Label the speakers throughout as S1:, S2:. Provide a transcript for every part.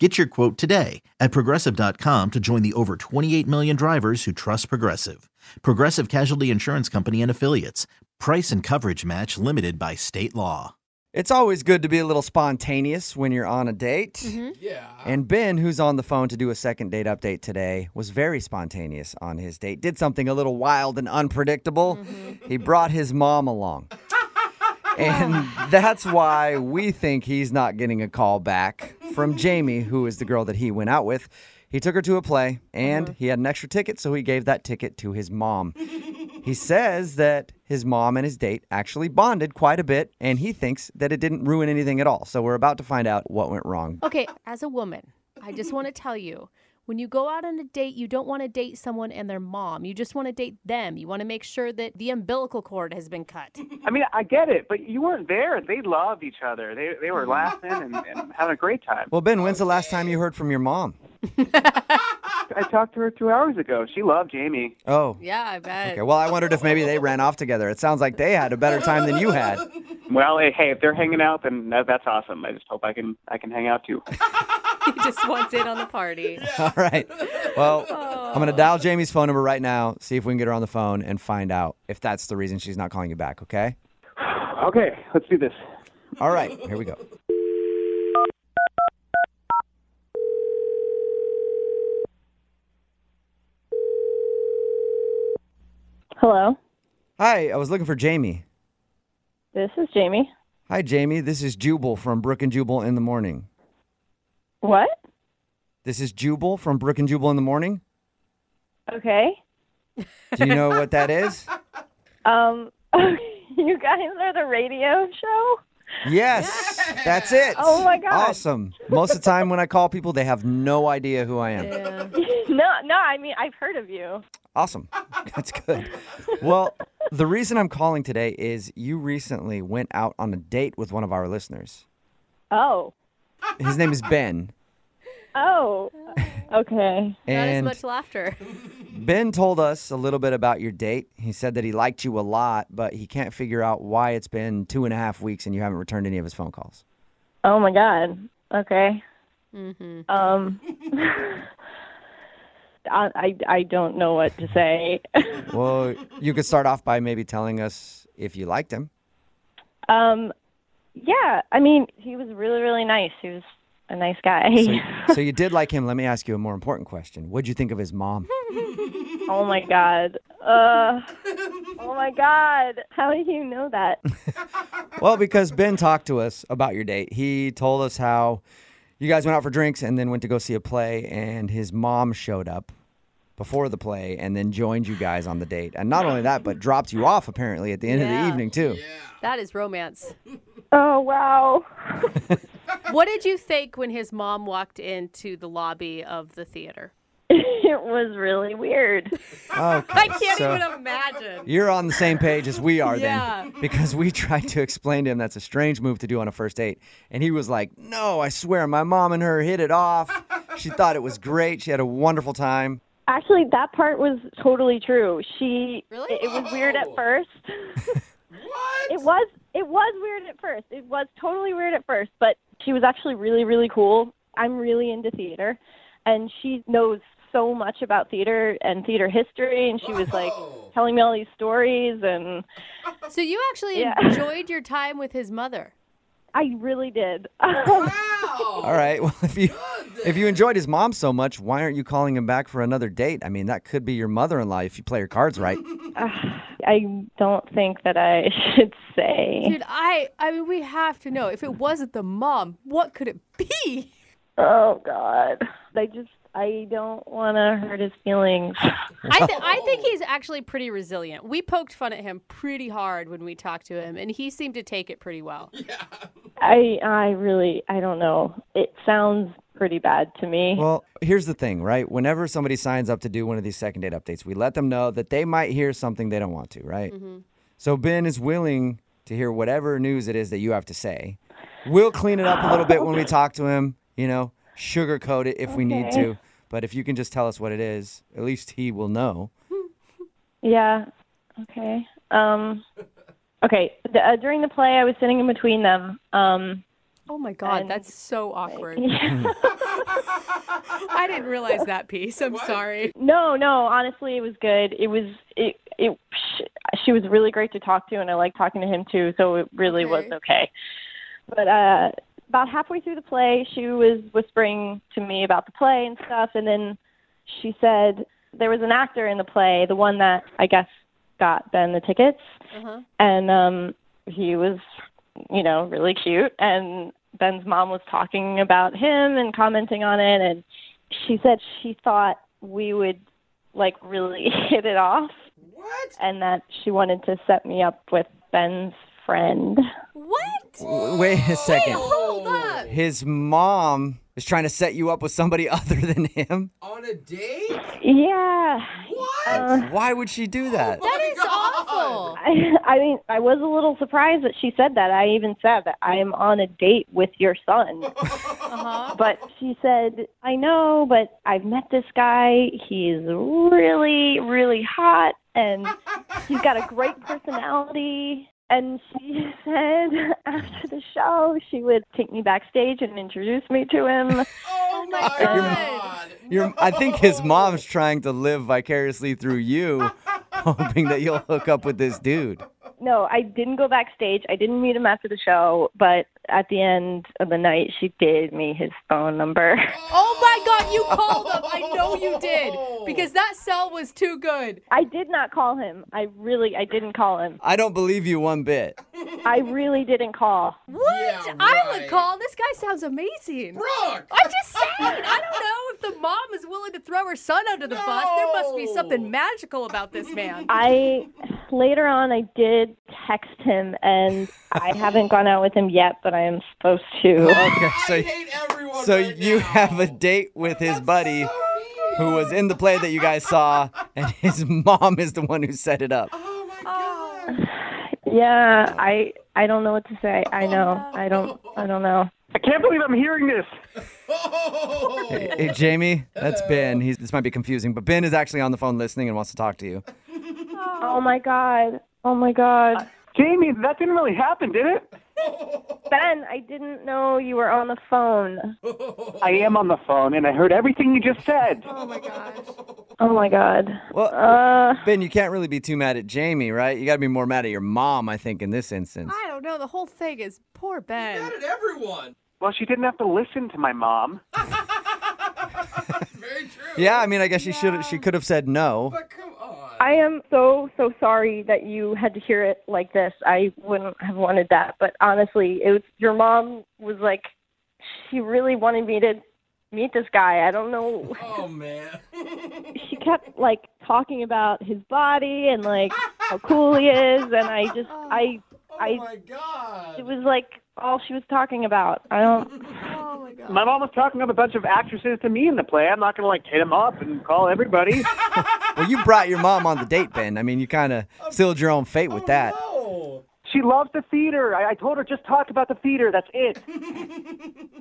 S1: Get your quote today at progressive.com to join the over 28 million drivers who trust Progressive. Progressive Casualty Insurance Company and Affiliates. Price and coverage match limited by state law.
S2: It's always good to be a little spontaneous when you're on a date. Yeah. And Ben, who's on the phone to do a second date update today, was very spontaneous on his date. Did something a little wild and unpredictable. He brought his mom along. and that's why we think he's not getting a call back from Jamie, who is the girl that he went out with. He took her to a play and he had an extra ticket, so he gave that ticket to his mom. He says that his mom and his date actually bonded quite a bit, and he thinks that it didn't ruin anything at all. So we're about to find out what went wrong.
S3: Okay, as a woman, I just want to tell you when you go out on a date, you don't want to date someone and their mom. You just want to date them. You want to make sure that the umbilical cord has been cut.
S4: I mean, I get it, but you weren't there. They loved each other. They they were laughing and, and having a great time.
S2: Well, Ben, when's the last time you heard from your mom?
S4: I talked to her two hours ago. She loved Jamie.
S2: Oh.
S3: Yeah, I bet.
S2: Okay. Well, I wondered if maybe they ran off together. It sounds like they had a better time than you had.
S4: Well, hey, hey, if they're hanging out, then that, that's awesome. I just hope I can I can hang out too.
S3: he just wants in on the party.
S2: All right. Well, I'm going to dial Jamie's phone number right now, see if we can get her on the phone and find out if that's the reason she's not calling you back, okay?
S4: Okay, let's do this.
S2: All right. Here we go.
S5: Hello,
S2: Hi, I was looking for Jamie.
S5: this is Jamie.
S2: Hi, Jamie. This is Jubal from Brook and Jubal in the Morning.
S5: What?
S2: This is Jubal from Brook and Jubal in the Morning.
S5: Okay.
S2: Do you know what that is?
S5: Um, you guys are the radio show?
S2: Yes. That's it.
S5: Oh, my God.
S2: Awesome. Most of the time when I call people, they have no idea who I am.
S3: Yeah.
S5: no, no. I mean, I've heard of you.
S2: Awesome. That's good. Well, the reason I'm calling today is you recently went out on a date with one of our listeners.
S5: Oh,
S2: His name is Ben.
S5: oh. Okay.
S3: Not as
S2: And
S3: much laughter.
S2: Ben told us a little bit about your date. He said that he liked you a lot, but he can't figure out why it's been two and a half weeks and you haven't returned any of his phone calls.
S5: Oh my God. Okay.
S3: hmm
S5: Um, I, I I don't know what to say.
S2: Well, you could start off by maybe telling us if you liked him.
S5: um, yeah. I mean, he was really really nice. He was a nice guy.
S2: So, so you did like him. Let me ask you a more important question. What'd you think of his mom?
S5: oh my God. Uh. Oh my God. How do you know that?
S2: Well, because Ben talked to us about your date. He told us how you guys went out for drinks and then went to go see a play, and his mom showed up before the play and then joined you guys on the date. And not only that, but dropped you off apparently at the end of the
S3: Yeah.
S2: evening, too.
S3: That is romance.
S5: Oh wow.
S3: What did you think when his mom walked into the lobby of the theater?
S5: it was really weird.
S2: Okay.
S3: I can't
S2: so
S3: even imagine.
S2: You're on the same page as we are
S3: Yeah.
S2: then. Because we tried to explain to him that's a strange move to do on a first date. And he was like, No, I swear, my mom and her hit it off. She thought it was great. She had a wonderful time.
S5: Actually, that part was totally true. She
S3: Really?
S5: It, it was weird at first. what? It was. It was weird at first. It was totally weird at first, but she was actually really, really cool. I'm really into theater, and she knows so much about theater and theater history. And she was like telling me all these stories, and
S3: So you actually
S5: Yeah.
S3: enjoyed your time with his mother.
S5: I really did.
S2: All right. Well, if you if you enjoyed his mom so much, why aren't you calling him back for another date? I mean, that could be your mother-in-law if you play your cards right.
S5: I don't think that I should say.
S3: Dude, I I mean we have to know if it wasn't the mom, what could it be?
S5: Oh God. I just I don't want to hurt his feelings.
S3: I, th- I think he's actually pretty resilient. We poked fun at him pretty hard when we talked to him, and he seemed to take it pretty well.
S5: I I really I don't know. It sounds pretty bad to me.
S2: Well, here's the thing, right? Whenever somebody signs up to do one of these second date updates, we let them know that they might hear something they don't want to, right? So Ben is willing to hear whatever news it is that you have to say. We'll clean it up a little bit when we talk to him, you know, sugarcoat it if we need
S5: Okay.
S2: to. But if you can just tell us what it is, at least he will know.
S5: Yeah. Okay. Um, okay. The, uh, during the play, I was sitting in between them. Um,
S3: Oh my God,
S5: And-
S3: that's so awkward.
S5: yeah.
S3: I didn't realize that piece. I'm sorry.
S5: no, no. Honestly, it was good. It was. It. It. She, she was really great to talk to, and I like talking to him too. So it really was
S3: Okay.
S5: okay. But uh, about halfway through the play, she was whispering to me about the play and stuff, and then she said there was an actor in the play, the one that I guess got Ben the tickets.
S3: Uh-huh.
S5: and um he was you know really cute and ben's mom was talking about him and commenting on it and she said she thought we would like really hit it off
S6: What?
S5: and that she wanted to set me up with ben's friend
S3: What?
S2: W- Wait a second.
S3: Hold up.
S2: His mom is trying to set you up with somebody other than him.
S6: On a date?
S5: yeah
S6: What?
S5: uh,
S2: Why would she do that?
S6: Oh
S3: That
S6: my
S3: is
S6: God.
S3: awful.
S5: I, I mean i was a little surprised that she said that i even said that i am on a date with your son
S3: Uh-huh.
S5: But she said, I know, but I've met this guy. He's really, really hot and he's got a great personality. And she said after the show, she would take me backstage and introduce me to him.
S6: Oh my
S3: God.
S6: God.
S2: Your, I think his mom's trying to live vicariously through you, hoping that you'll hook up with this dude.
S5: No, I didn't go backstage. I didn't meet him after the show, but at the end of the night, she gave me his phone number.
S3: Oh my God, you called up. I know you did because that cell was too good.
S5: I did not call him. I really, I didn't call him.
S2: I don't believe you one bit.
S5: I really didn't call.
S3: What?
S6: Yeah,
S3: I would
S6: right.
S3: call. This guy sounds amazing.
S6: Brooke!
S3: I'm just saying. I don't know if the mom is willing to throw her son under the bus. There must be
S6: No.
S3: something magical about this man.
S5: I later on I did text him and I haven't gone out with him yet, but I am supposed to.
S2: Okay,
S6: I
S2: so
S6: hate everyone
S2: so
S6: right
S2: you
S6: now.
S2: have a date with his buddy
S6: Oh,
S2: who was in the play that you guys saw, and his mom is the one who set it up.
S6: Oh my God.
S5: Yeah, I I don't know what to say. I know. I don't I don't know.
S4: I can't believe I'm hearing this.
S6: Oh.
S2: Hey, Jamie, that's
S6: Uh.
S2: Ben. He's, this might be confusing, but Ben is actually on the phone listening and wants to talk to you.
S5: Oh my god. Oh my god.
S4: Jamie, that didn't really happen, did it?
S5: Ben, I didn't know you were on the phone.
S4: I am on the phone and I heard everything you just said.
S5: Oh my god.
S2: Well,
S5: Uh
S2: Ben, you can't really be too mad at Jamie, right? You got to be more mad at your mom, I think, in this instance.
S3: I don't know. The whole thing is poor Ben.
S6: Mad at everyone.
S4: Well, she didn't have to listen to my mom.
S6: Very true.
S2: Yeah, I mean, I guess she should. She could have said no.
S6: But come on.
S5: I am so so sorry that you had to hear it like this. I wouldn't have wanted that, but honestly, it was your mom was like she really wanted me to meet this guy. I don't know.
S6: Oh man.
S5: She kept like talking about his body and like how cool he is and I just I
S6: Oh
S5: I-
S6: my God.
S5: it was like all she was talking about. I don't
S3: Oh my God.
S4: My mom was talking up a bunch of actresses to me in the play. I'm not gonna like hit them up and call everybody.
S2: Well, you brought your mom on the date, Ben. I mean, you kind of sealed your own fate with that.
S6: Oh.
S4: she loves the theater. I, I told her just talk about the theater. That's it.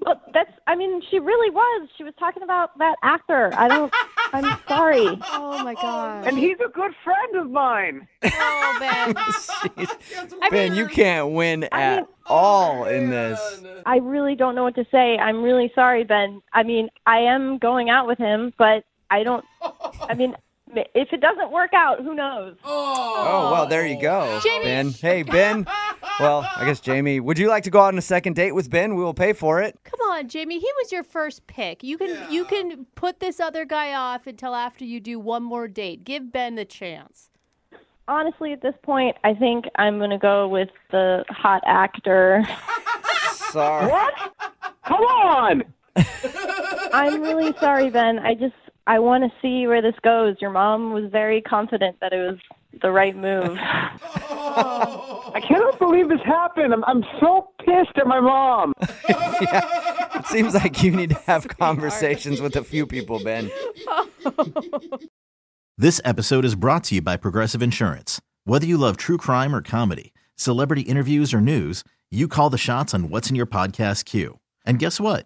S5: Well, that's I mean, she really was. She was talking about that actor. I don't I'm sorry.
S3: Oh my God.
S4: And he's a good friend of mine.
S3: Oh Ben.
S6: Jeez.
S2: Ben, you can't win at all in this.
S5: I really don't know what to say. I'm really sorry, Ben. I mean, I am going out with him, but I don't. I mean, m- if it doesn't work out, who knows?
S6: Oh.
S2: Oh, well, there you go.
S3: Jamie.
S2: Ben. Hey, Ben. Well, I guess Jamie, would you like to go out on a second date with Ben? We will pay for it.
S3: Come on, Jamie. He was your first pick. You can you can put this other guy off until after you do one more date. Give Ben the chance.
S5: Honestly, at this point, I think I'm going to go with the hot actor.
S2: Sorry.
S4: Come on.
S5: I'm really sorry, Ben. I just I want to see where this goes. Your mom was very confident that it was the right move.
S4: I cannot believe this happened. I'm, I'm so pissed at my mom.
S2: It seems like you need to have conversations with a few people, Ben.
S1: This episode is brought to you by Progressive Insurance. Whether you love true crime or comedy, celebrity interviews or news, you call the shots on what's in your podcast queue. And guess what?